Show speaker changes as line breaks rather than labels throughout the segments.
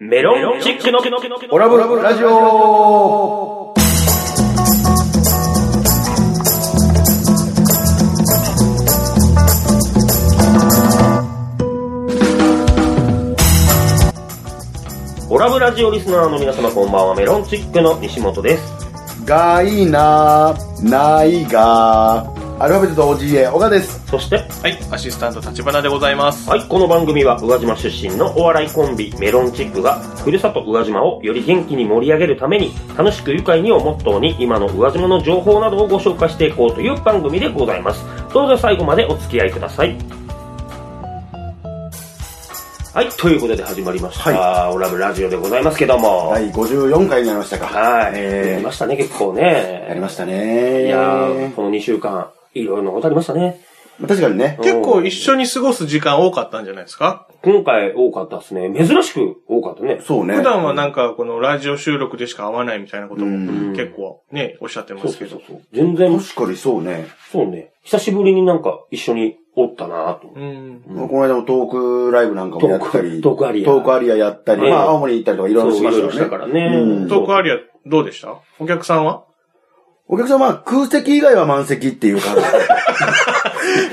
メロンチックの
オラブラブラジオ
オラブラジオリスナーの皆様こんばんは、メロンチックの西本です。
がいいなないがアルファベットと OGA 小川です
そして、
はい、アシスタント立花でございます。
はい、この番組は宇和島出身のお笑いコンビ、メロンチックが、ふるさと宇和島をより元気に盛り上げるために、楽しく愉快にをモットーに、今の宇和島の情報などをご紹介していこうという番組でございます。どうぞ最後までお付き合いください。はい、ということで始まりました、オラブラジオでございますけども。
第54回になりましたか
はい。や
え
りま
ー
したね、結構
やり
ね。
ましたね
いやー、この2週間、いろいろなことありましたね。
まあ確かにね
結構一緒に過ごす時間多かったんじゃないですか、
今回多かったですね。珍しく多かったね。
そうね
普段はなんかこのラジオ収録でしか会わないみたいなこと
うん
も結構ね、おっしゃってま
そう
すけ
そうそ
ど
う。そう。全然、
確かにそうね、
そうね。久しぶりになんか一緒におったなぁと。
うん。
うん
この間もトークライブなんかもやったり
トークトークアリア
トークアリアやったり、
ね
まあ青森行ったりとかいろいろし
そ
ま
う
し
い
た
ろいろ
よ
した
ね
からね。
うん
トークアリアどうでしたお客さんは
お客様は空席以外は満席っていう感じ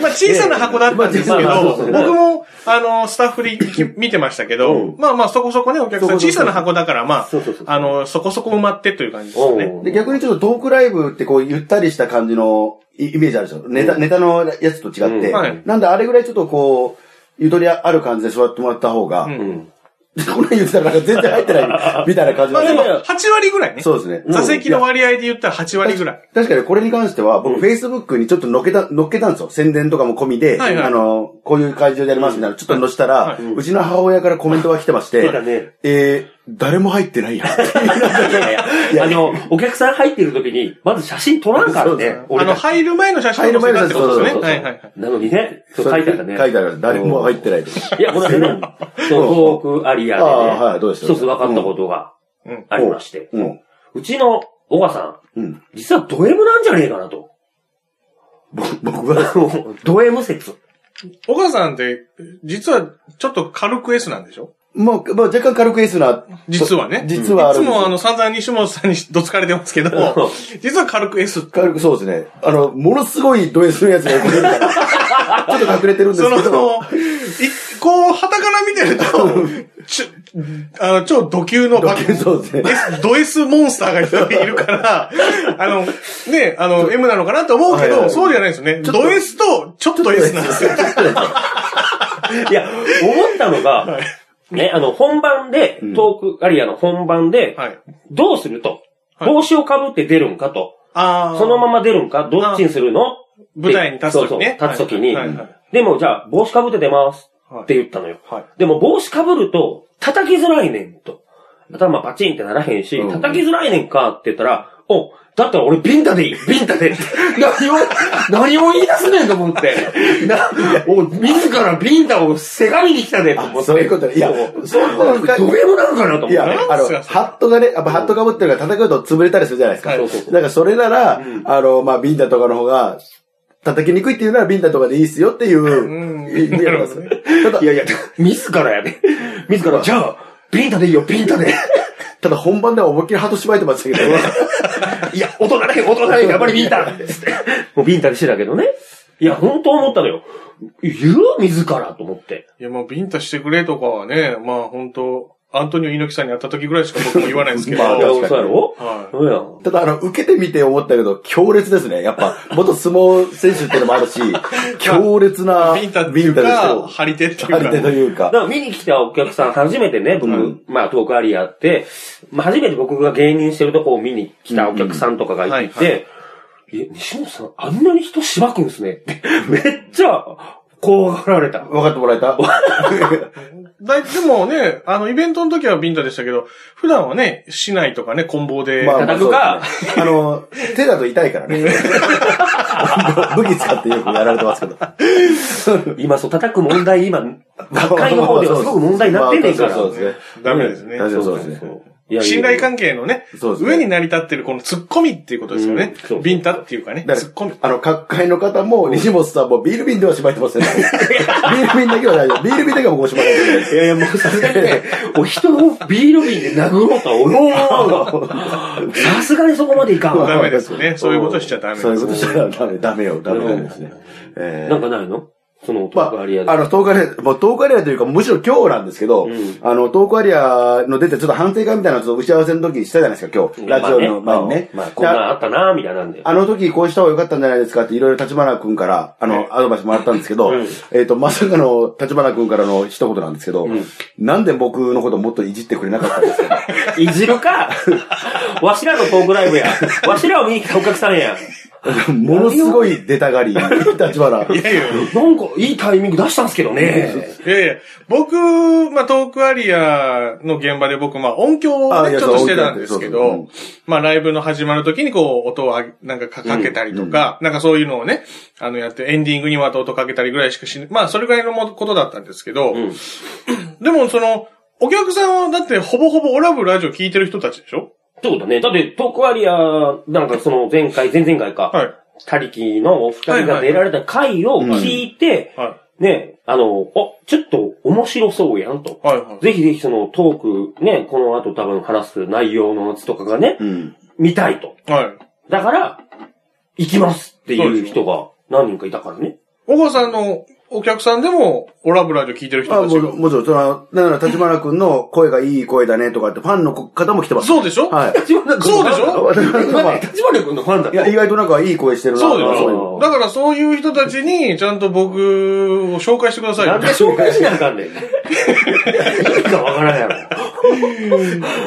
まあ小さな箱だったんですけ
まあまあまあ
ど
そう、ですね
僕もあの、スタッフで行き見てましたけ
う
ど、まあまあそこそこね、お客さん
そこそこ
小さな箱だからまあ
そうそうそう、
あの、そこそこ埋まってという感じですよね。
おう
で逆にちょっとトークライブってこうゆったりした感じのイイメージあるでしょネタ、ネタのやつと違って、
うん
はい
なんであれぐらいちょっとこう、ゆとりある感じで座ってもらった方が、
うん
うん。
こんなん言ってたらなんか全然入って ないみたいな感じ
ま
なんで
あですも
よ
8割ぐらいね。
そうですね。
座席の割合で言ったら8割ぐらい。
確かにこれに関しては、僕、Facebook にちょっと乗っけた、乗っけたんですよ。宣伝とかも込みで、
はいはい
あの、こういう会場でやりますみたいな、ちょっと載せたら、
はいう
ちの母親からコメントが来てまし
そ
て
うだ、ね。
えー、誰も入ってない やん。
いやいやいやあの、お客さん入ってる時に、まず写真撮らんからね。
あの、
俺たち
入る前の写真を載せたってことです
そうそ
ね。
う
は
そ
いうはいはい。
なのにね、そう書いてあった ね。
書いてある。誰も入ってないと。
いや、この間ね、そう、トークアリアでね、
ああはいどうでした
一つ分かったことが
うん
ありまして、
うん。
うちの小川さ
うん。
ん、実はド M なんじゃねえかな と。
僕僕は、
ド M 説。
小川さんって、実はちょっと軽く S なんでしょ
もう、まあ、若干軽く S な、
実はね。
実はある
い
ん
つ
ですよ
もあの散々西本さんにどつかれてますけど、実は軽く S。
軽くそうですね。あの、ものすごいド S のやつが横にいる から、ちょっと隠れてるんで
そ
す
の、
け
い
ど、
こう、旗から見てると、ちょ、あの、超ド級のバ
ド級そうですね
S ド S モンスターが一人いるから、あの、ね、あの、M なのかなと思うけ
はいは
ど、
い
そうじゃないですよね。
ちょっと
ド S と、ちょっと S なんですよ。
いや、思ったのが、ね、あの、本番で、トークアリアの本番で、
はい。
どうすると、
はい
帽子をかぶって出るんかと、
あー
そのまま出るんか、どっちにするのって
舞台に立つ時ね
そうそう、立つ時に
はいはいはい。
でも、じゃあ、帽子かぶって出ますって言ったのよ。
はい。
でも帽子かぶると、叩きづらいねんと。頭パチンってならへんし、
うん
叩きづらいねんかって言ったら、お、だったら俺ビンタでいいビンタで何を、何を言い出すねんと思って。な、お、自らビンタをせがみに来たねんと思って。
そういうことねいや
そう
そういうことか
ド M なのかなと思って。
いや、あ
なん
の
す、かそれ
ハットがね、やっぱハットかぶってるから叩くと潰れたりするじゃないですか。
はい
そうそうそう
だからそれなら、あの、まあ、ビンタとかの方が、叩きにくいっていうならビンタとかでいいっすよっていう、
ん
意味なんですよた
な
だ
い、やいや、自らやで。自ら、じゃあ、ビンタでいいよ、ビンタで。
ただ本番では思いっきりハトしばいてましたけど、
いや、大人だけ、大人だけ、やっぱりビンタつって もうビンタにしてたけどね。いや、本当思ったのよ。言う自らと思って。
いや、まあ、ビンタしてくれとかはね、まあ、本当アントニオ猪木さんに会った時ぐらいしか僕も言わないですけど。
まあ
いや、そうやろ
はい
そうやん。
ただあの、受けてみて思ったけど、強烈ですね。やっぱ、元相撲選手っていうのもある し、強烈な
ビンタっていう
ビンタ
か、
です
張り手っていう
よ。張り手と
か。
いうか
だ。から見に来たお客さん、初めてね、僕、まあ、トークアリアって、まあ、初めて僕が芸人してるとこを見に来たお客さんとかがい
うんうんは
て、え、西本さん、あんなに人しばくんですねって、 めっちゃ、怖がられた。
分かってもら えた
だいでもね、あの、イベントの時はビンタでしたけど、普段はね、市内とかね、棍棒で。
まあ
叩くか
そうですねあの、手だと痛いか らね。 武器使ってよくやられてますけど。
今、そう、叩く問 題、今、学会の方ではすごく問題になってんねんから。
まあそうそうそうですね。
ダメですね。
確かにそうです
そう
ね。
いや
信頼関係のね、
そうですね
上に成り立ってるこの突っ込みっていうことですよね
うんそう。
ビンタっていうかね、
だ
突
か
っ込
ら
み、。
あの、各界の方も、西本さんもビール瓶ではしまいて ません、ね。ビール瓶だけは大丈夫。ビール瓶だけはもうごしまいてま
いやいや、もうさすがにね、お人のビール瓶で殴ろうとは思う。さすがにそこまでいかん わ。
ダメですね。 そういうことしちゃダメ
せ
で
ん。
す
そういうことしたらダメ、ダメよ、ダメなんですね。えー
なんかないのその、ト
ま
ークアリアで
あ、あ。の、トークアリア、もうトークアリアというか、むしろ今日なんですけど、
うん
あの、トークアリアの出て、ちょっと反省会みたいなのをちょっと打ち合わせの時にしたじゃないですか、今日。ラジオの前にね。
まあ、こんなんあったなみたいなんで。
あの時こうした方が良かったんじゃないですかっていろいろ立花くんから、あの、アドバイスもらったんですけど、
うん
えっ、と、まさかの立花くんからの一言なんですけど、
ん
なんで僕のこともっといじってくれなかったんです か
いじる かわしらのトークライブや。わしらを見に来たお客さんや。
ものすごい出 たがり、立花。
いやいや
なんか、いいタイミング出したんすけどね。
いやいや、僕、まあ、トークアリアの現場で僕、まあ、音響を
あ
ね、
い
ちょ
や
っとしてたんですけ
そう音響
ど
って、
まあ、ライブの始まる時に、こう、音をあげなんかかかけたりとか、なんかそういうのをね、あの、やって、エンディングにまた音かけたりぐらいしかし、まあ、それぐらいのもことだったんですけど、
うん。
でも、その、お客さんは、だって、ほぼほぼオラブラジオ聞いてる人たちでしょ
ってことね。だって、トークアリア、なんかその前回、前々回か、
はい。
他力のお二人が出られた回を聞いて、
は
ね、あの、お、ちょっと面白そうやんと。
い。はい、はい。
ぜひぜひそのトーク、ね、この後多分話す内容のやつとかがね、
うん。
見たいと。
はい。
だから、行きますっていう人が何人かいたからね。
小川さんのお客さんでも、オラブラジオ聞いてる人
あ、
たち
もう、
が。
もちろん、その、なんなら立花くんの声がいい声だねとかってファンの方も来てます。
そうでしょ
はい。
そうでしょ
立花君のファンだろ立花君のファンだ
はいいや、意外となんかいい声してるな
そうでし
あ
いの
ょだからそういう人たちに、ちゃんと僕を紹介してくださいよ
なんで紹介しなあかんねん。意味がわからんやろ。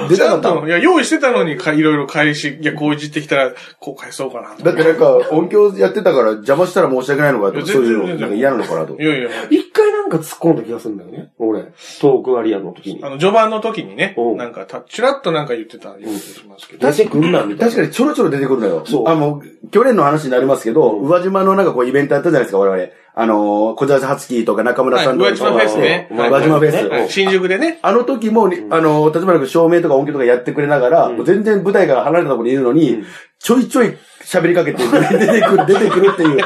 出
ち
た
ゃ
か
ん
った
と、いや、用意してたのにか、いろいろ返し、いや、こういじってきたら、こう返そうかなと。
だってなんか音響やってたから邪魔したら申し訳ないのかと
い
か、
や
そういう
全
の
然全然
なんか嫌なのかなと
い。やいや、
一回なんか突っ込んだ気がするんだよね。俺、トークアリアの時に
あ。の、序盤の時にね
おう、
なんか、た、ちらっとなんか言ってたような気がしますけど。
出してくんな、みたいな。
確かにちょろちょろ出てくるのよ。
そう
あの、去年の話になりますけど、
うん
宇和島のなんかこうイベントやったじゃないですか、我々。あのー、小沢初樹とか中村さんとか。
はい宇和島フェスね
宇和島フェス。
は
はい
い
新宿でね、
あの時もに、あのー、立花君照明とか音響とかやってくれながら、もう全然舞台から離れたところにいるのに、
うん
ちょいちょい喋りかけて、出てくる、出てくるっていう。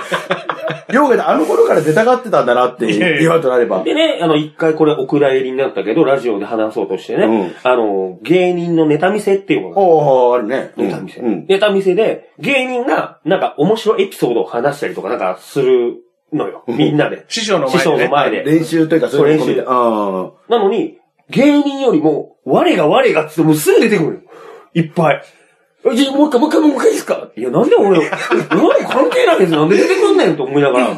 ようがねあの頃から出たがってたんだなって
いやいや。
今となれば。
でね、あの、一回これお蔵入りになったけど、ラジオで話そうとしてね、
うん
あの、芸人のネタ見せっていうのが
おー、あるね。
ネタ見せ。
うん。
ネタ見せで、芸人が、なんか面白いエピソードを話したりとかなんかするのよ。みんなで
師匠の
師
前
匠
で
の
ね。
前で。
練習というか、そういうの込みで。
そう練習
ああ。
なのに、芸人よりも、我が我がっつってもうすぐ出てくるよ。いっぱい。えじゃあもう一回、もう一回、もう一回いいですかいや、なんで俺、 なんで関係ないですなんで出てくんねんと思いながら。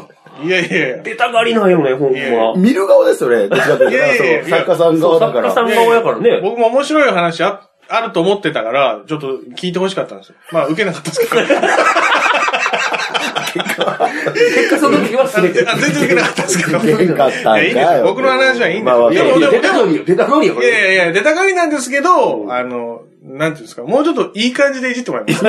いやいやいや。
出たがりなんよね、ほん
いや
ま。
見る側ですよね。どっちかって
いやいやい
い
や
うと、その作家さん側だか
作家さん
ら。
側やからね。
僕も面白い話あ、あると思ってたから、ちょっと聞いてほしかったんですよ。まあ、受けなかったですけど。
結果その時は
あ
すべ
のあ
て。
全然受けなかったですけど。
出んかったんかよ
いやいいですよ僕の話はいいんですよ
まあまあ
いやいや出たがりよ、出たがりよ、こ
いや
れ。
いやいや、出たがりなんですけ
う
ど、
ん
あの、なんていうんですか、もうちょっといい感じでいじってもらいます。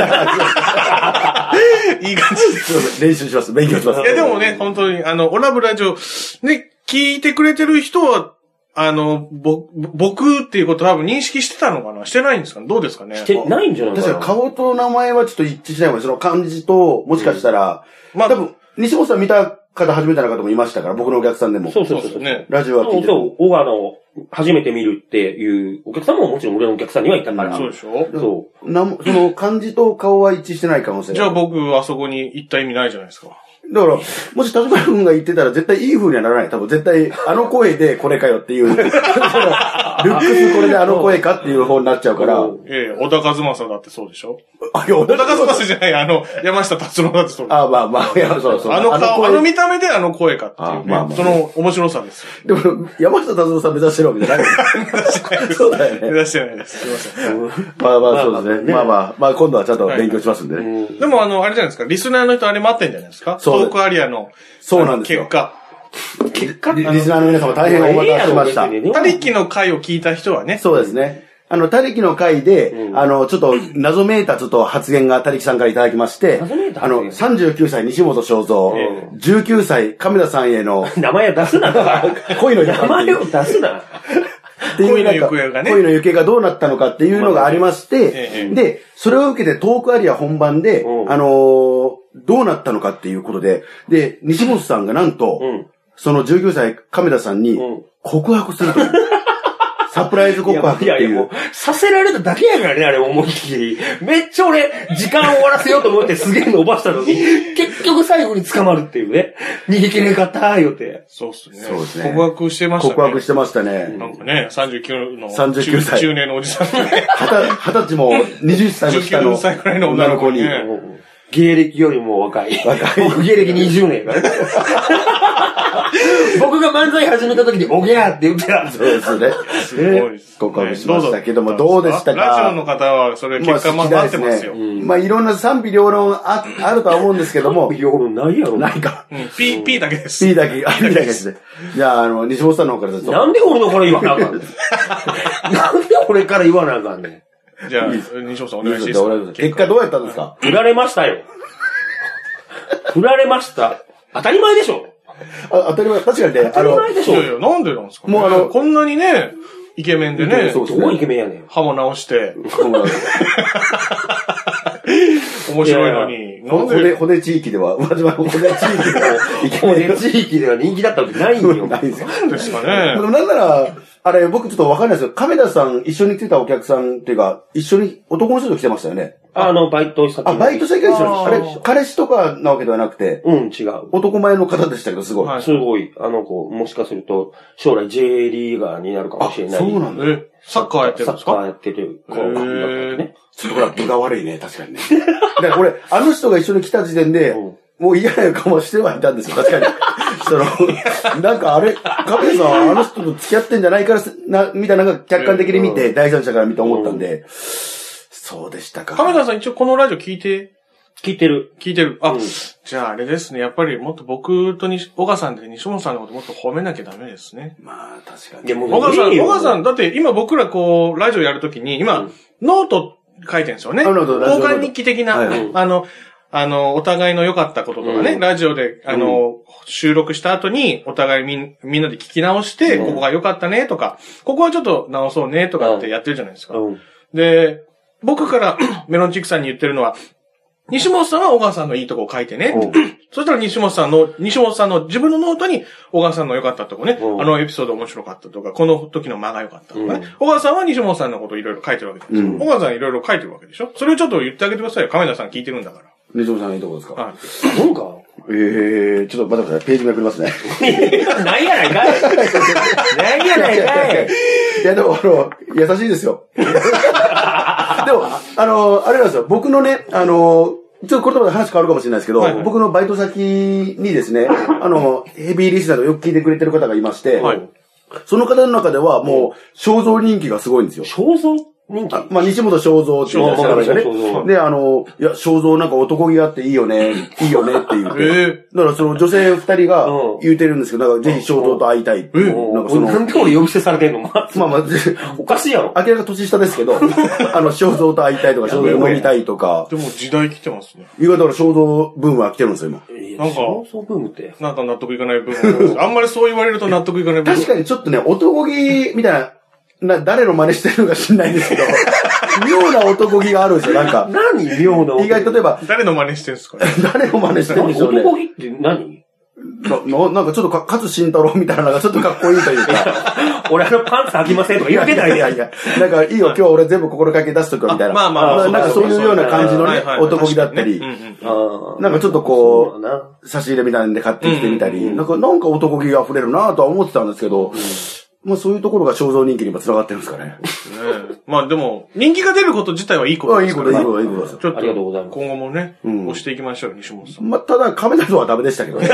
いい感じで。
そうそう練習します。勉強します。
いや、でもね、本当に、あの、オラブラジオ、ね、聞いてくれてる人は、あの、ぼ、僕っていうこと多分認識してたのかなしてないんですかねどうですかね
してないんじゃない
確か
か
に
な。
顔と名前はちょっと一致しないもんねその漢字と、もしかしたら、
まあ、
多分、西本さん見た方、初めての方もいましたから、僕のお客さんでも。
そうそ
そうう
そうそ
です
う。
ね。
ラジオは聞
そ
いうて
そ
も。
う、小川の初めて見るっていうお客さんももちろん俺のお客さんにはいたから。
そうでしょ
そ
なんその漢字と顔は一致してない可能性
じゃあ
が。
僕、あそこに行った意味ないじゃないですか。
だから、もし立花君が言ってたら絶対いい風にはならない。多分絶対、あの声でこれかよっていう。そのルックスこれであの声かっていう方になっちゃう
う。
から。
うん
ええ小田和正だってそうでしょ
あ、いや、小
小田和正じゃない、あの、山下達郎だってそうでしょ
あ、まあまあ、いや、そうそう。
あの顔、あの
声
見た目であの声かっていう
あ
ね。
まあまあ
その面白さですよ。
でも、山下達郎さん目指してるわけじゃない。そうだよ
目
ね。
指してないです。すいません。
まあまあ、そうですね。まあまあ、まあ今度はちゃんと勉強しますんでね。
でもあの、あれじゃないですか、リスナーの人あれ待ってんじゃないですか
そう
トークアリアの。
そうなんですよ
あの結果。
結果
リリスナーの皆様大変お待たせしました。
他力の回を聞いた人はね、
そうですね。あの、他力の会で、
うん
あの、ちょっと、謎めいたちょっと発言が他力さんからいただきまして、
謎めいた
あの、39歳西本正蔵、
え
19歳亀田さんへの
名前を出すな。
恋の
名前を
表
出すな。
っていう
恋の
なんか
行方がね
恋の行方がどうなったのかっていうのがありまし
え
て、
え
で、それを受けてトークアリア本番で、
うん
あのーどうなったのかっていうことで、で、西本さんがなんと、
うん。
その19歳亀田さんに
うん
告白す るという、サプライズ告白って
いやいや
い
もう
う。、
させられただけやからね、あれ思いっきり。めっちゃ俺、時間を終わらせようと思ってすげえ伸ばしたのに、結局最後に捕まるっていうね。逃げきれなかったー、言うて。
そうっすね。
そうですね
告白してましたね。
告白してましたね。
なんかね、39の
39歳
中年のおじさんがね
はた二十歳も20歳も下
19
の
歳くらいの女の子に
女
芸歴よりも若い。
若い
僕芸歴20年や からね。僕が漫才始めた時に、おぎゃーって言ってたんです
そ
よ。
うですね。
すごいですね。
告白しましたけども、どうでしたか
ラジオの方は、それ結果まあ待ってますよ。
まあ好きですねまあいろんな賛否両論ああるとは思うんですけども、
いや、俺ないやろ。
ないか。
うん、P、P だけです。
P だ け、あ P だけですね。じゃあ、あの、西本さんの方からですと。
なんで俺のから言わなあかんねん。 なんで俺から言わなあかんねん。
じゃあ、西本さんお願いし
西本さんお
ます
願いします結果どうやったんですか
振られましたよ。振られました。当たり前でしょ。
あ当たり前、確かにね、
当
あ
たり
の、
前でし
いやい
ょ。
や、なんでなんですかね
もうあの
こんなにね、イケメンでね
そ、うですね
どうイケメンやねん。
歯も直して、面白いのに、なん
骨、
で、
骨地域では、 宇和島の骨地域では、いけ
も
な
うね、
い
地域では人気だったわけないんよ。
ないですよ。
なんですか
で
ね。
もなんなら、あれ、僕ちょっとわかんないですけど、亀田さん一緒に来てたお客さんっていうか、一緒に男の人と来てましたよね。
あの、バイト先の
あ、バイト先が一緒
あー
なんです。あれ、彼氏とかなわけではなくて、
うん、違う。
男前の方でしたけど、すごい。
はい
すごい、あの子、もしかすると、将来 J リーガーになるかも
あ、
しれない。
そうなんだ。
え、サッカーやってるんです
サッカー
か
やってる子
へー
だったね。
ちょっとほら、部が悪いね、確かに ね。だから俺、あの人が一緒に来た時点で、
うん
もう嫌な予感はしてはいたんですよ、確かに。その、なんかあれ、カペさんはあの人と付き合ってんじゃないからす、な、みたいなのが客観的に見て、第三者から見て思ったんで、そうでしたか。
カメラさん一応このラジオ聞いて、
聞いてる。
聞いてる。あ、
うん
じゃああれですね。やっぱりもっと僕と西、岡さんで西本さんのこともっと褒めなきゃダメですね。
まあ、確かに。
いやもう
岡さ
いい
ん、
よ
岡さん、だって今僕らこう、ラジオやるときに、今、ノート書いてるんですよね。
あなる
交
ほどラジオノート
換日記的な、
はいはい
あの、あの、お互いの良かったこととかね、
うん
ラジオで、あの、収録した後に、お互いみんみんなで聞き直して、
うん
ここが良かったねとか、ここはちょっと直そうねとかってやってるじゃないですか。
うん。
で、僕から メロンチックさんに言ってるのは、西本さんは小川さんのいいとこを書いてね
うん。
そしたら西本さんの、西本さんの自分のノートに、小川さんの良かったとこね、
うん
あのエピソード面白かったとか、この時の間が良かったとかね。
うん
小川さんは西本さんのことをいろいろ書いてるわけじゃないですか。
う
小川さんいろいろ書いてるわけでしょそれをちょっと言ってあげてくださいよ。亀田さん聞いてるんだか
西本さんのいいとこです
ら。
か
はい。
なんか、
ええー、ちょっと待ってください。ページめくりますね。
ないやないかい。ないやないかい。
いや、でも、あの、優しいで すよ。でも、あの、あれなんですよ。僕のね、あの、ちょっとこれとまた話変わるかもしれないですけど、
はいはい
僕のバイト先にですね、あの、ヘビーリスナーでよく聞いてくれてる方がいまして、
はい
その方の中ではもう、肖像人気がすごいんですよ。
肖像人気
まあ、西本正蔵っていう人なんですよ
肖像
ね。で、あの、いや、正蔵なんか男気があっていいよね、いいよねって 言って。
え
だからその女性二人が
うん
言うてるんですけど、なんかぜひ正蔵と会いたいっていう
うん
なんかその、
なんで俺呼び捨てされてんの まあ、
まあまあ、
おかしいやろ。
明らか年下ですけ ど、あの、肖像と会いたいとか、肖像と飲みたいとか
ー、、でも時代来てますね。
意外とだから肖像ブームは来てるんですよ、今。
いや
なんか
肖像ブームって。
なんか納得いかない部分。あんまりそう言われると納得いかない部分。
確かにちょっとね、男気みたいな、な、誰の真似してるのか知んないん ですけど、妙な男気があるんですよ、なん か。
何妙な
意外と例えば、
誰の真似してるんですかね。
誰の真似してるんでしょうね。
男気って何
なななんかちょっとか、勝慎太郎みたいなのがちょっとかっこいいというか。
俺あのパンツ履きませんとか言ってない
いやいや。なんか、いいよ、今日俺全部心掛け出しとくよみたいな。
あまあまあまあ
なんかそういうような感じの
はい
ね
はいは、い
男気だったり
確か。にねうんうん
あー
なんかちょっとこ
そ
う
うだな
差し入れみたいなんで買ってきてみたり、
うんうん
なんか、なんか男気が溢れるなぁとは思ってたんですけど、まあそういうところが肖像人気に今繋がってるんですかね。
ねえまあでも、人気が出ること自体はいいこと
あ
で
いい
すか
こと、
ら
いい
ね。
こと、いいことです。
ちょっ
ありがとうござい
と、
ます
今後もね、
うん
押していきましょう、西本さん。
まあ、ただ、カメラとはダメでしたけどね。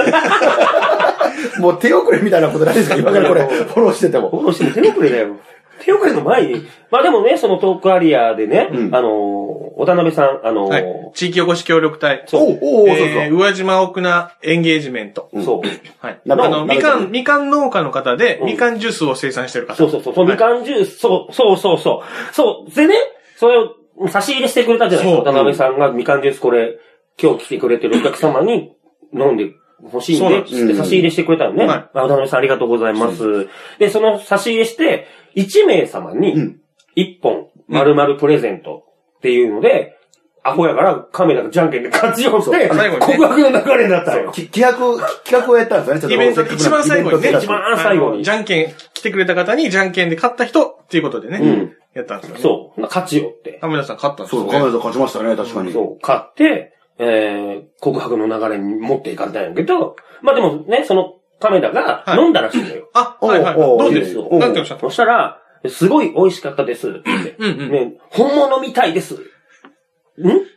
もう手遅れみたいなことないですか今からこれ、フォローしてて
フ
も。
ォローして手遅れだよ。手遅れの前に。まあでもね、そのトークアリアでね、
うん
あのー、小田辺さん、あのー、
はい。地域おこし協力隊。
おうおうおうそう
えー
そう。
宇和島奥名エンゲージメント。
そう。
はい。あ
なるほど
の、
な
み
るほ
か
ど
ん、みかん農家の方で、
うん
みかんジュースを生産してる方。
そうそうそう。そのみかんジュース、そう、そうそうそう。そう。でね、それを差し入れしてくれたじゃないです
そ
か。
う
田辺さんがみかんジュースこれ、今日来てくれてるお客様に飲んで欲しいん
そう
で、
なんです
よ
で差し入れしてくれたのね。
はい
あ渡辺さんありがとうございます。で、その差し入れして、1名様
う
に
ん、
1本、丸々プレゼントっていうので、アホやからカメラがじゃんけんで勝ちよっ
そう
て、
最後にね
告白の流れになったのよ。
き企画を、企画をやったんですよね、ちょっと。
イベントで一番最後にね
イベント
一
企
番
画
最後
あの
に
じ。ゃんけん、来てくれた方に、じゃんけんで勝った人っていうことでね、
うん
やったんですよね。う。
そう。勝ちよって。
カメラさん勝ったんです
そ
よ
う、
ね。
カメラさん勝ちましたね、確かに。
そう、買って、えー、告白の流れに持っていかれたんやけど、まあでもね、その亀田が
はい
飲んだらしいのよ。
あ、はいはい。
おうおう
どうで
いいです
す
よ
なんておっしゃった
そしたら、すごい美味しかったですって言って、
うんうん
ね、本物みたいです。んっ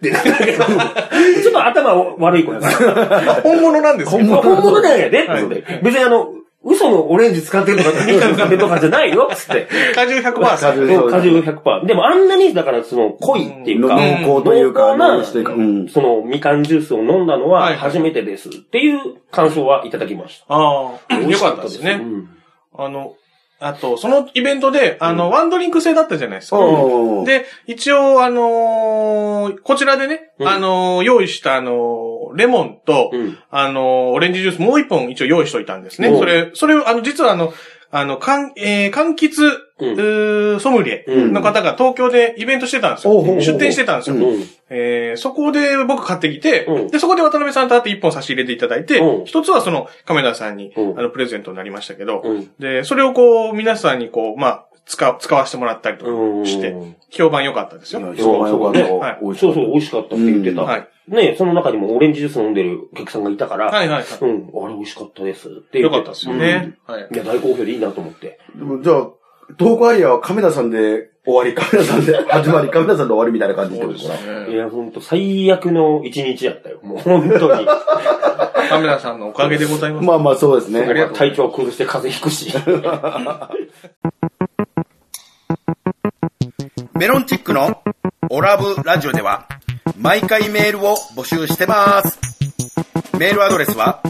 てなったけ ど、ちょっと頭悪い子やから。
あ本物なんですよ。
本物なんやで、って
はい
言って別にあの、嘘のオレンジ使ってるとか、ミカ使ってるとかじゃないよ、つ って。
果汁100%。
汁
果汁100%。でもあんなに、だからその濃いっていうか、
の濃厚というか、
濃厚な
濃厚というか。うん。
そのみかんジュースを飲んだの
はい
は
はい
初めてですっていう感想はいただきまし
ああ、
た。
よかったですね。
うん
あの、あと、そのイベントで、あの、ワンドリンク制だったじゃないですか。
おー
で、一応、あのーこちらでね、
うん
あのー用意した、あのーレモンと、
うん
あのーオレンジジュースもう一本一応用意しといたんですね。
うん
それ、それ、あの、実はあの、あの、かん、えー、柑橘、
うん
うーソムリエ
うん
の方が東京でイベントしてたんです
おうおうお
よ。
う
出店してたんですよ。
うん
えーそこで僕買ってきて、
うん
で、そこで渡辺さんと会って一本差し入れていただいて
う、ん
一、つはその、亀田さんに、
うん
あの、プレゼントになりましたけど、
うん
で、それをこう、皆さんにこう、まあ、使う、使わせてもらったりと
うん
かして、評判良かったですよ。
いや評判良かった
そう
ね
美味しか
そ
っ
うそ
た
う、美味しかったって言ってた。
うん
はい
ねその中にもオレンジジュース飲んでるお客さんがいたから、
はいはいはい
うん、あれ美味しかったですって言
良
って
かったですよ。ね。はい
うんいや、大好評でいいなと思って。
でもじゃあ、トークアリアは亀田さんで終わり、亀田さんで始まり、亀田さんで終わりみたいな感じって
そう
こ
で
と
す
かな。
い
ね。
や、ほんと最悪の一日やったよ。もう本当に。
カメラさんのおかげでございます。
まあまあそうですね。
ありがとうござ
体
います
調崩して風邪ひくし。
メロンチックのオラブラジオでは毎回メールを募集してます。メールアドレスは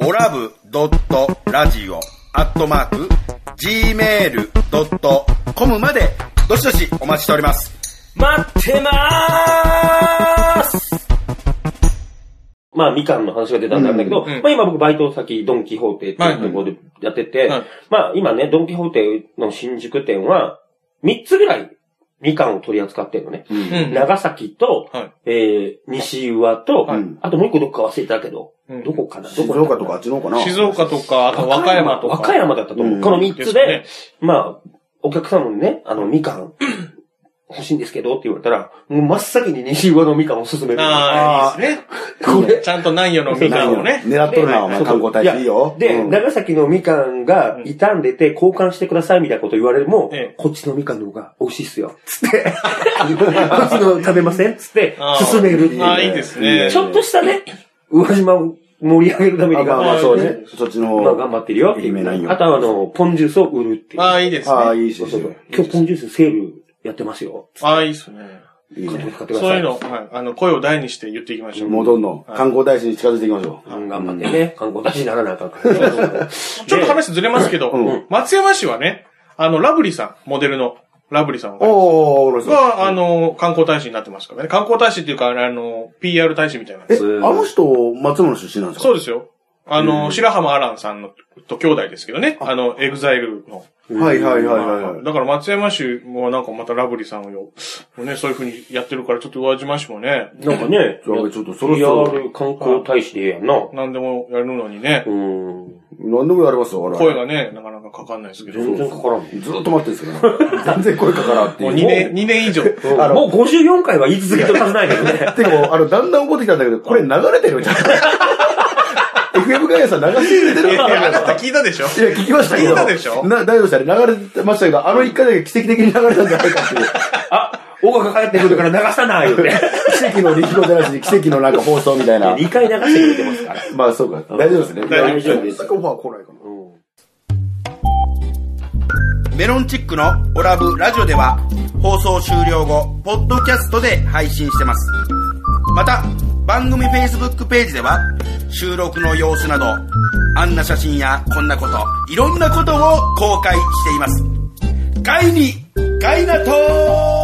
オラブドットラジオアットマーク gmail.com までどしどしお待ちしております。
待ってまーすまあ、みかんの話が出たんだけど、
うんうん
まあ今僕バイト先、ドンキホーテっていうところでやってて、
はい
まあ今ね、ドンキホーテの新宿店は、3つぐらいみかんを取り扱ってるのね。
うん
うん。
長崎と、
はい
えー、西浦と、
はい
あともう一個どっか忘れたけど、
うん
どこかなど
静
こだった
岡とかあっちの方かな。
静岡とか、あと和歌山とか。
和歌山だったと思う。
うん
この3つ
す
で
ね、
まあ、お客様にね、あの、みかん、 欲しいんですけどって言われたら、もう真っ先に西浦のみかんを勧める。
ああ、いいですね。
これ。
ちゃんと南予のみ
み
か
か
ん
ん
を
を
ね
ね。。狙っとるな、
そ
お前、
うそう
観光大使いいよ。
で、
うん
長崎のみかんが傷んでて交換してくださいみたいなこと言われるも、
ええ
こっちのみかんの方が美味しいっすよ。つって、こっちの食べませんつって
あ、ー
勧めるっていう
ああ、いいですね
ち。ょっとしたね、宇和島を盛り上げるため
あ
に
まあまあ
が、
そうね。そっちの。
まあ頑張ってるよってい
有名なん
う。
よ
あとはあの、ポンジュースを売るっていう。
ああ、いいですね。
あ
あ
あ、いいし
そう。そう今日ポンジュースセールやってますよ。
あ、いいですね。
いい
買って
ね
使ってくだ
そう
さ
いう
い。
の、はい。あの、声を大にして言っていきましょう。
もうどんどん、観光大使に近づいていきましょう。
うん頑張ってね、観光大使にならなあかん から。
ちょっと話ずれますけど、
うん
松山市はね、あの、ラブリーさん、モデルのラブリーさんが、
おおー、おろし
があの、観光大使になってますからね。観光大使っていうか、あの、PR 大使みたいな。
え、あの人、松村出身なんですか
そうですよ。あの、白浜アランさんのと兄弟ですけどね。あの、エグザイルの。
はいはいはいはいはい。
だから松山市もなんかまたラブリーさんをよ、ね、そういう風にやってるから、ちょっと宇和島市もね、
なんかね、
じゃあちょっとそろそろ
PR 観光大使でええやんな。
何でもやるのにね
う、ん。
何でもやりますよ、あれ。
声がね、なかなかかかんないですけど。
全然かからん。
ずっと待ってるんですけどね、全然声かからんってい
も
う。
う2年、2年以上。
あの
もう54回は言い続けてるはずないけどね。
てかもう、あの、だんだん怒ってきたんだけど、これ流れてるじゃん。FM ガイアさん流してくれて
い
る
やいやあなた
か
聞いたでしょ
いや、聞きましたけど。
聞いたでしょ
な、大丈夫でしたね。流れてましたけど、あの一回だけ奇跡的に流れたんじゃないかっていう。
あ、音楽かかってくるから流さ ないよ って。
奇跡の力道じゃなしに奇跡のなんか放送みたいな。
2回流してくれてますから。
まあそうか。大丈夫ですね。
大丈夫です
オファー来ないかな。
メロンチックのオラブラジオでは放送終了後、ポッドキャストで配信してます。また、番組 Facebook ページでは収録の様子など、あんな写真やこんなこと、いろんなことを公開しています。ガイに、ガイナトー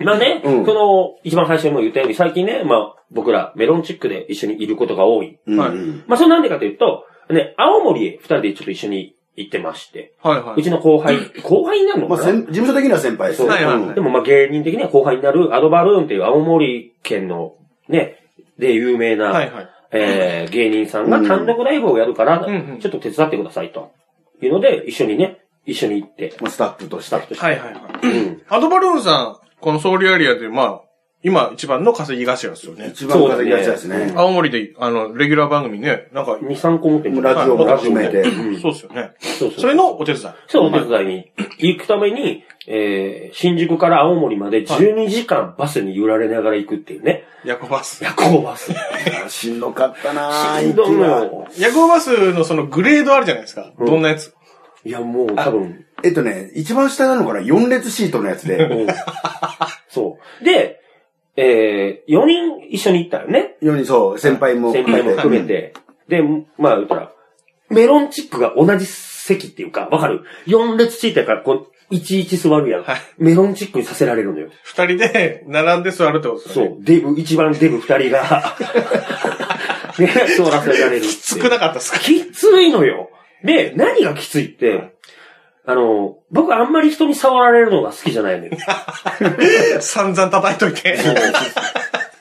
まあね、
うん
その、一番最初にも言ったように、最近ね、まあ、僕らメロンチックで一緒にいることが多い。
うん
はい
うん
まあ、それなんでかというと、ね、青森へ二人でちょっと一緒に行ってまして、
はいは
う
い。
ちの後輩、後輩になるの
まあ、
かな、
先事務所的には先輩ですね。
はいはいはい
うん
でもまあ芸人的には後輩になるアドバルーンっていう青森県のね、で有名な、
はいはい。
えー芸人さんが単独ライブをやるから、
うんうん
ちょっと手伝ってくださいと。いうので、一緒にね、一緒に行って、
まあ、スタッフとし
スタ
て
ッ。フとして。
はいはいはい。
うん
アドバルーンさん、このソウルエリアで、まあ、今一番の稼ぎ頭ですよね。
一番稼ぎがちですね。
青森で、あの、レギュラー番組ね、なんか、
2、3個持ってんじゃん
ラジオも含めて
ラジオもうん
そうですよね。
そうそう。
それのお手伝い。
そう、お手伝いに行くために、えー、新宿から青森まで12時間バスに揺られながら行くっていうね。
夜行バス。
夜行バス。
しんどかったなぁ、
しんどいの
息が
よ。
夜行バスのそのグレードあるじゃないですか。
うん
どんなやつ
いや、もう多分、
えっとね、一番下なのかな ?4 列シートのやつで。
うんそう。 で、えー、4人一緒に行ったよね。
4人、そう、先輩も
先
含め
輩
て。
も含めて。で、まあ言ったら、メロンチックが同じ席っていうか、わかる ?4 列シートやから、こう、いちいち座るやん。
はい
メロンチックにさせられるのよ。
二人で並んで座るってことです
そ
よね。
う。デブ、一番デブ二人が、ね、座らせられるっていう。
少なかったっすか
きついのよ。で、何がきついって、あの、僕あんまり人に触られるのが好きじゃないのよ。
散々叩いといて。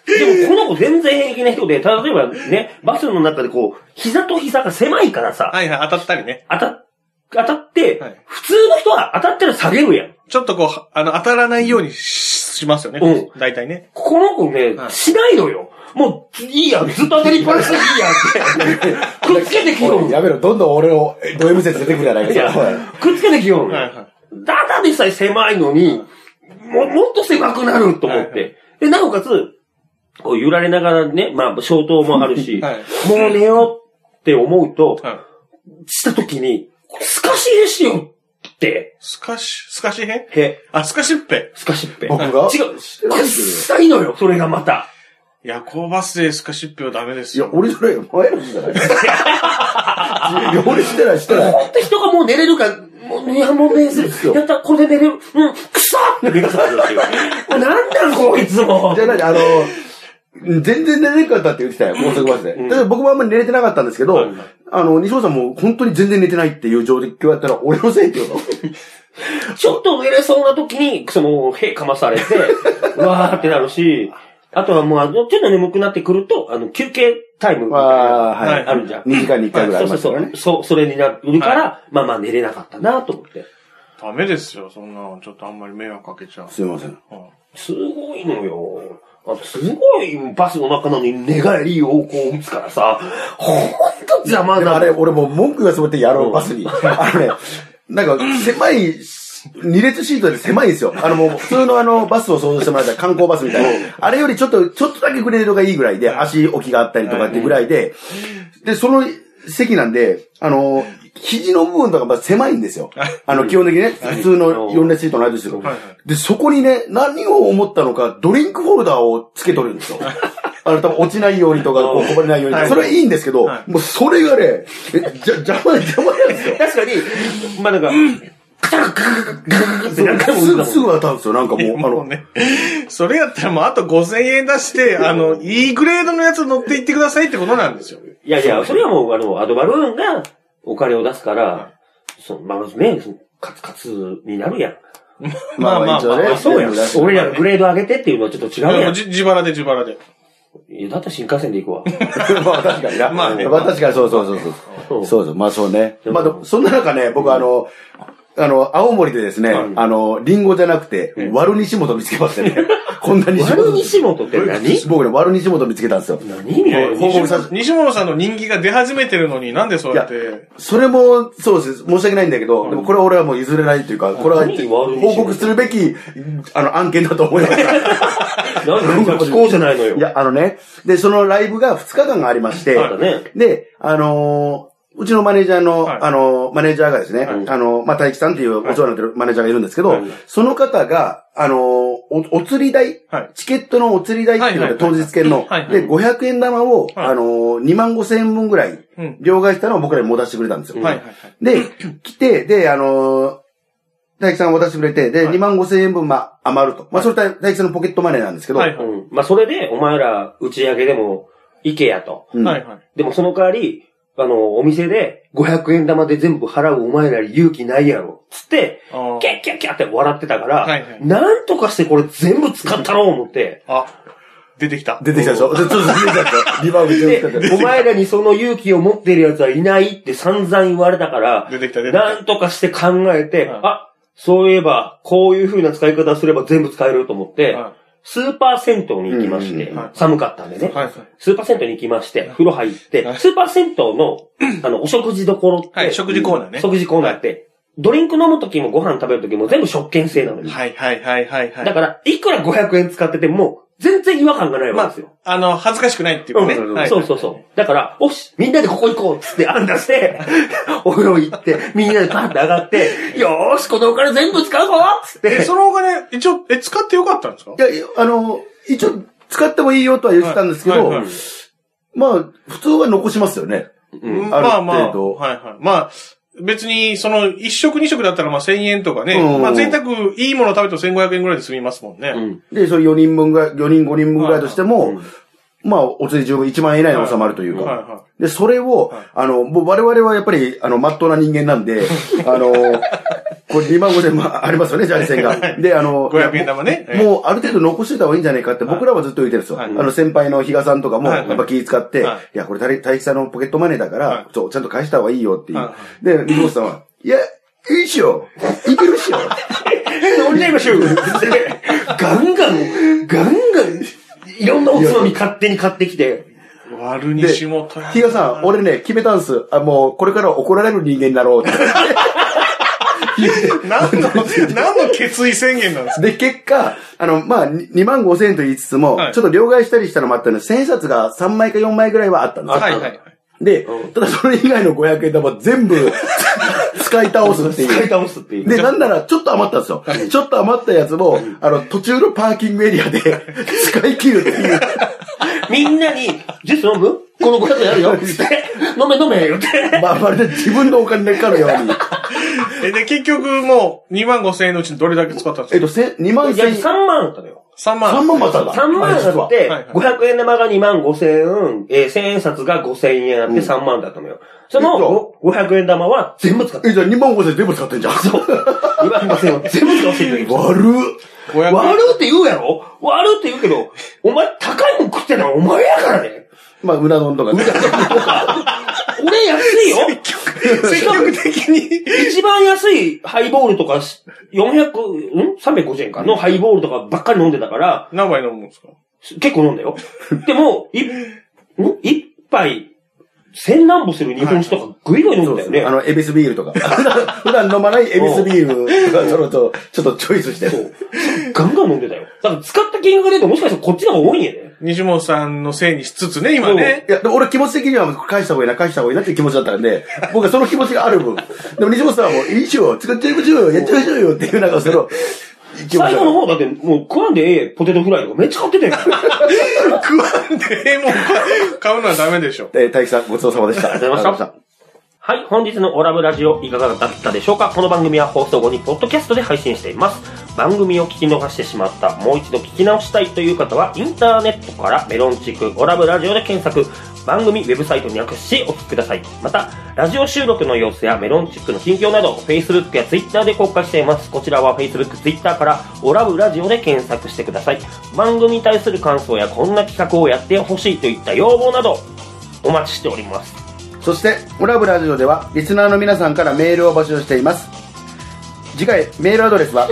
でも、この子全然平気な人で、例えばね、バスの中でこう、膝と膝が狭いからさ、
はいはい、当たったりね。
当た、当たって、
はい
普通の人は当たったら下げるやん。
ちょっとこう、あの、当たらないようにししますよね。
う
大体ね。
この子ね、
はい
しないのよ。もう、いいやん。ずっと当たりっぱなしでいい やんって。くっつけてきよ
おいや
ん。
めろ、どんどん俺を、ド M 説出てくるじゃない
いや
か。おい、
くっつけてきよん。
はいは
ただでさえ狭いのに、も、もっと狭くなると思っ
はいは
て。で、なおかつ、こう揺られながらね、まあ、消灯もあるし、
はい
もう寝ようって思うと、
はい。
したときに、すかしへしよって、
すかし、すかしへん
へ、
あ、すかしっぺ。
すかしっぺ。
僕
違う。
が
くっさいのよ、それがまた。
夜行バスですかしっぺはダメで
い
す
や
よ、。
俺それ、前の人じゃないいや俺してない、してない。
ほんと人がもう寝れるか、もう、いや、もう目する。やった、これで寝れる。うん、くそって目が覚める っていう。もうなんなん、こいつも
じゃ。ない、あの、全然寝れなかったって言ってたよ、高速バスで。
うん
だから僕もあんまり寝れてなかったんですけど、あの、西本さんも本当に全然寝てないっていう状況やったら、俺のせいって言う の。
ちょっと寝れそうな時に、その、へかまされて、 うわーってなるし、あとはもう、あのちょっと眠くなってくると、あの、休憩タイムみたいな。
あーはい。
あるじゃん。
2時間に1回ぐらいあ
そう
り
そう
ますからね
そう。。そう、それになるから、まあまあ寝れなかったなと思って。
ダメですよ、そんなの。ちょっとあんまり迷惑かけちゃう。
すいません。
うん
すごいのよ。あすごいバスの中なのに寝返りをこう打つからさ、ほんと邪魔
でも
な
あれ、俺もう文句言わせてもらってやろう、バスに。あのね、なんか、狭い、二列シートで狭いんですよ。あのもう、普通のあの、バスを想像してもらったら観光バスみたいな。あれよりちょっと、ちょっとだけグレードがいいぐらいで、足置きがあったりとかってぐらいで、で、その席なんで、あの、肘の部分とかまあ狭いんですよ。あの、基本的にね、普通の4列シートのあれですよ。で、そこにね、何を思ったのか、ドリンクホルダーをつけとるんですよ。あの、多分落ちないようにとか、こうこぼれないようにとか。
はい
それはいいんですけど、
はい
もうそれがね、えじゃ、邪魔で邪魔なんですよ。
確かに、まあなんか、カタカタカタカタカタって何回も打
す
つんだ
ぐ、
もん
すぐ当たるんですよ。なんかもう、あ
もう
の、
ね、それやったらもうあと5000円出して、あの、いいグレードのやつ乗っていってくださいってことなんですよ。
いやいや、それはもう、あの、アドバルーンがお金を出すから、その、まあ、ね、そのカツカツになるやん。
まあまあ一応ね。
そうやん
全部出し。て
俺らのグレード上げてっていうのはちょっと違うやん。
じ自腹で自腹で。
いや、だったら新幹線で行くわ。
まあ確かにな。
ま
ま
あ
あ、
ね
確かにそうそうそ
そ
うそう。
う
そうそう、まあそうね。
うん
まあでも、そんな中ね、僕あの、あの、青森でですね、
うん
あの、リンゴじゃなくて、割る西本見つけましたね。こんな西
悪
本。
西本って何
僕ね、割る西本見つけたんですよ。
何
やほぼ
西
ほぼ
本西本さんの人気が出始めてるのに、なんでそうやっ
い
て。
それも、そうです。申し訳ないんだけど、でもこれは俺はもう譲れないというか、これは
何悪い
報告するべき、あの、案件だと思い ます。
何で聞こうじゃないのよ。
いや、あのね、で、そのライブが2日間がありまして、
そうだね。
で、あのーうちのマネージャーの、
はい
あのーマネージャーがですね、
い
あのーまあ、大輝さんっていうお世話になってるマネージャーがいるんですけど、
はい
その方が、あのーお、お釣り代、
はい
チケットのお釣り代っていうので、
はいはい
当日券の、
はいはい
で、500円玉を、
はい
あのー2万5千円分ぐらい
うん、
両替したのを僕らに戻してくれたんですよ。
はいはいはい。
で、来て、で、あのー大樹さん渡してくれて、で、2万5千円分、まあ、余ると。まあ、それ大大樹さんのポケットマネーなんですけど、
はい
うん。まあ、それで、お前ら、打ち上げでも、行けやと。
うん
はいはい。
でも、その代わり、あの、お店で、500円玉で全部払うお前らに勇気ないやろ。つって、
あー
キャッキャッキャッって笑ってたから、
はいはい
なんとかしてこれ全部使ったろう思って。
あ、出てきた。
出てきたでしょちょっと出てきたでし ょリバウンド
で
出てき、た
お前らにその勇気を持ってる奴はいないって散々言われたから、
出てきた、出てき
なんとかして考えて、
はい
あ、そういえば、こういう風な使い方すれば全部使えると思って、
た。は
スーパー銭湯に行きまして、
うん
うんうん
寒かったんでね、
いはい。
スーパー銭湯に行きまして、風呂入って、
はい
スーパー銭湯 の、あの、お食事どころって、
はい、食事コーナーね。
食事コーナーって、ドリンク飲むときもご飯食べるときも全部食券制なのよ。
はいはいはいはいはい。
だから、いくら500円使ってても、全然違和感がないわけですよ。
あの、恥ずかしくないっていう
う
か
ん
ね。はい
そうそうそう。だから、おし、みんなでここ行こうっつって案出して、 お風呂行って、みんなでパンって上がって、よーし、このお金全部使うぞっつっ
え、
て。
そのお金、一応、え、使ってよかったんですか
いや、いやあの、一応、使ってもいいよとは言ってたんですけど、
はいはい
まあ、普通は残しますよね。
うん
ある
まあまあ、
程度
はいはい。まあ、別に、その、一食二食だったら、まあ、千円とかね。
うん
まあ、贅沢、いいもの食べても千五百円ぐらいで済みますもんね。
うん
で、それ4人分ぐらい、4人5人分ぐらいとして
う
も、
ん
まあ、お釣り十分1万円以内に収まるというか。
はいは
で、それを、
はい
あの、もう我々はやっぱり、あの、まっとうな人間なんで、 あの、これ2万5千 万ありますよね、ジャニセンが。で、あの、
500円玉ね
いやもうもうある程度残してた方がいいんじゃないかって僕らはずっと言ってるんですよ。
はい
あの、先輩の比嘉さんとかも、
はい
やっぱ気使って、い
はい
や、これ大大吉さんのポケットマネーだか
は
ら、そうちゃんと返した方がいいよっていう
は。
で、三本さんは、いや、いいっしょいけるっしょ
飲んじゃいましょうガンガン、ガンガン、いろんなおつまみ勝手に買ってきて。
割るに
で、
しも大
ひがさん、俺ね、決めたんす。あ、もう、これから怒られる人間になろうって。
何 の、何の決意宣言なんですか
で、結果、あの、まあ、2万5千円と言いつつも、
はい
ちょっと両替したりしたのもあったので、1000冊が3枚か4枚ぐらいはあったんですよ。
はいはいはい。
で
うん、
ただそれ以外の500円玉全部 使い倒すって
使
い。
いう倒すっていう。
で、なんなら、ちょっと余ったんですよ。ちょっと余ったやつも、あの、途中のパーキングエリアで 使い切るっていう。
みんなに、ジュース飲むこの500円あるよ。つって飲め飲め言って。
まあ、まるで自分のお金かのように。
え、で、結局、もう、2万5千円のうちにどれだけ使ったん
え
で
っ
すか
と、1000 2万
いや、
1000
3万あったのよ。
?3 万。
3万もあったんだ。
3万あっ
あれ
て
はいはい、
500円玉が2万5千円、えー、1000円札が5千円あって3万だったのよ。その
えっと
ご500円玉は全部使って
実はえ、じゃあ2万5千円全部使って んじゃん。
そう。2万5千円は全部使ってるのよ。
悪っ。
500円。
悪って言うやろ悪って言うけど、お前高いもん食ってんのはお前やからね。
まあ、うな丼とかね。
俺安いよ
積極的に。
一番安いハイボールとかし、400、ん ?350 円かのハイボールとかばっかり飲んでたから、
何杯飲むんですか
す結構飲んだ よ。でも、い、ん一杯、千何歩する日本酒とかぐいぐい飲んだよね。
あの、エビスビールとか。 普段飲まないエビスビールとか、そのと、ちょっとチョイスして。
そうガンガン飲んでたよ。だから使った金額で言うともしかしたらこっちの方が多いんやね。
西本さんのせいにしつつね、今ね。
いや、でも俺気持ち的には返した方がいいな、返した方がいいなっていう気持ちだったん で、僕はその気持ちがある分。でも西本さんはもう、いいっしょ、作っちゃいましょうよ、やっちゃいましょうよっていう、なんかその、気持
最
ち
後の方だってもう食わんでええポテトフライとかめっちゃ買ってたよ。
食わんで、えもう買うのはダメでしょ。
えー、大樹さん、ごちそうさまでし
あ
た。
りがとうございましたはい、本日のオラブラジオいかがだったでしょうかこの番組は放送後にポッドキャストで配信しています。番組を聞き逃してしまった、もう一度聞き直したいという方は、インターネットからメロンチクオラブラジオで検索、番組ウェブサイトにアクセスしお聞きください。また、ラジオ収録の様子やメロンチックの近況など、Facebook や Twitter で公開しています。こちらは Facebook、Twitter から、オラブラジオで検索してください。番組に対する感想やこんな企画をやってほしいといった要望など、お待ちしております。
そして、オラブラジオでは、リスナーの皆さんからメールを募集しています。次回、メールアドレ スは、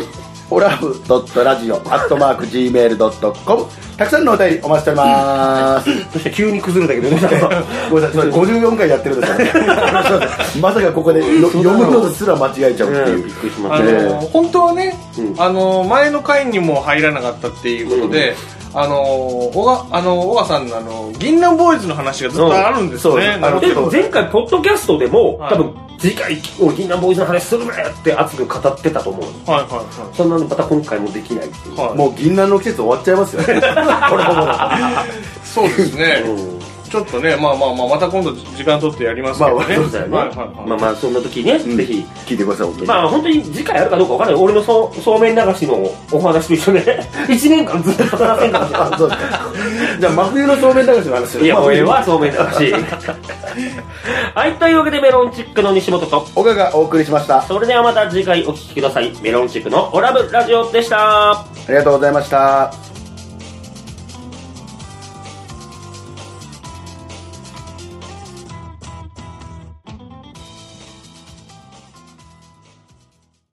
オラブドットラジオアットマーク Gmail.com。たくさんのお便りお待ちしております。
そして急に崩れたけど ね。
ごめんなさい、54回やってるんです からね。まさかここでよ読むのすら間違えちゃうって
うん
い
びっ
う。
くりしま
あ
し
の
たね。
え
本当はね、
うん
あの前の回にも入らなかったっていうことで、あの小川あの小川さんのあの銀杏ボーイズの話がずっとあるんです
うんそう
よね。
です
なるほど
で前回、ポッドキャストでも、
はい
多分、次回、俺、銀杏ボーイズの話するねって熱く語ってたと思う。
はいはいは
そんなのまた今回もできないっていう。
い。はい、
もう銀杏の季節終わっちゃいますよね。これほぼ
そうですね。
うん
ちょっとね、まあまあまあ、また今度時間取ってやりますけどね。
まあ
そうだよね。
はいはい
まあ
はい。
まあ、そんな時ね、
うん
ぜひ。
聞いてください、本当に。
まあ本当に次回やるかどうかわからない。俺のそうそうめん流しのお話と一緒で、1年 間ずっと働せんかもしれない
あ、そうですか。じゃあ、真冬のそうめん流しの話する
いや、俺はそうめんだし。 はい、というわけでメロンチックの西本と、
岡がお送りしました。あ
それではまた次回お聴きください。メロンチックのオラブラジオでした。
りがとうございました。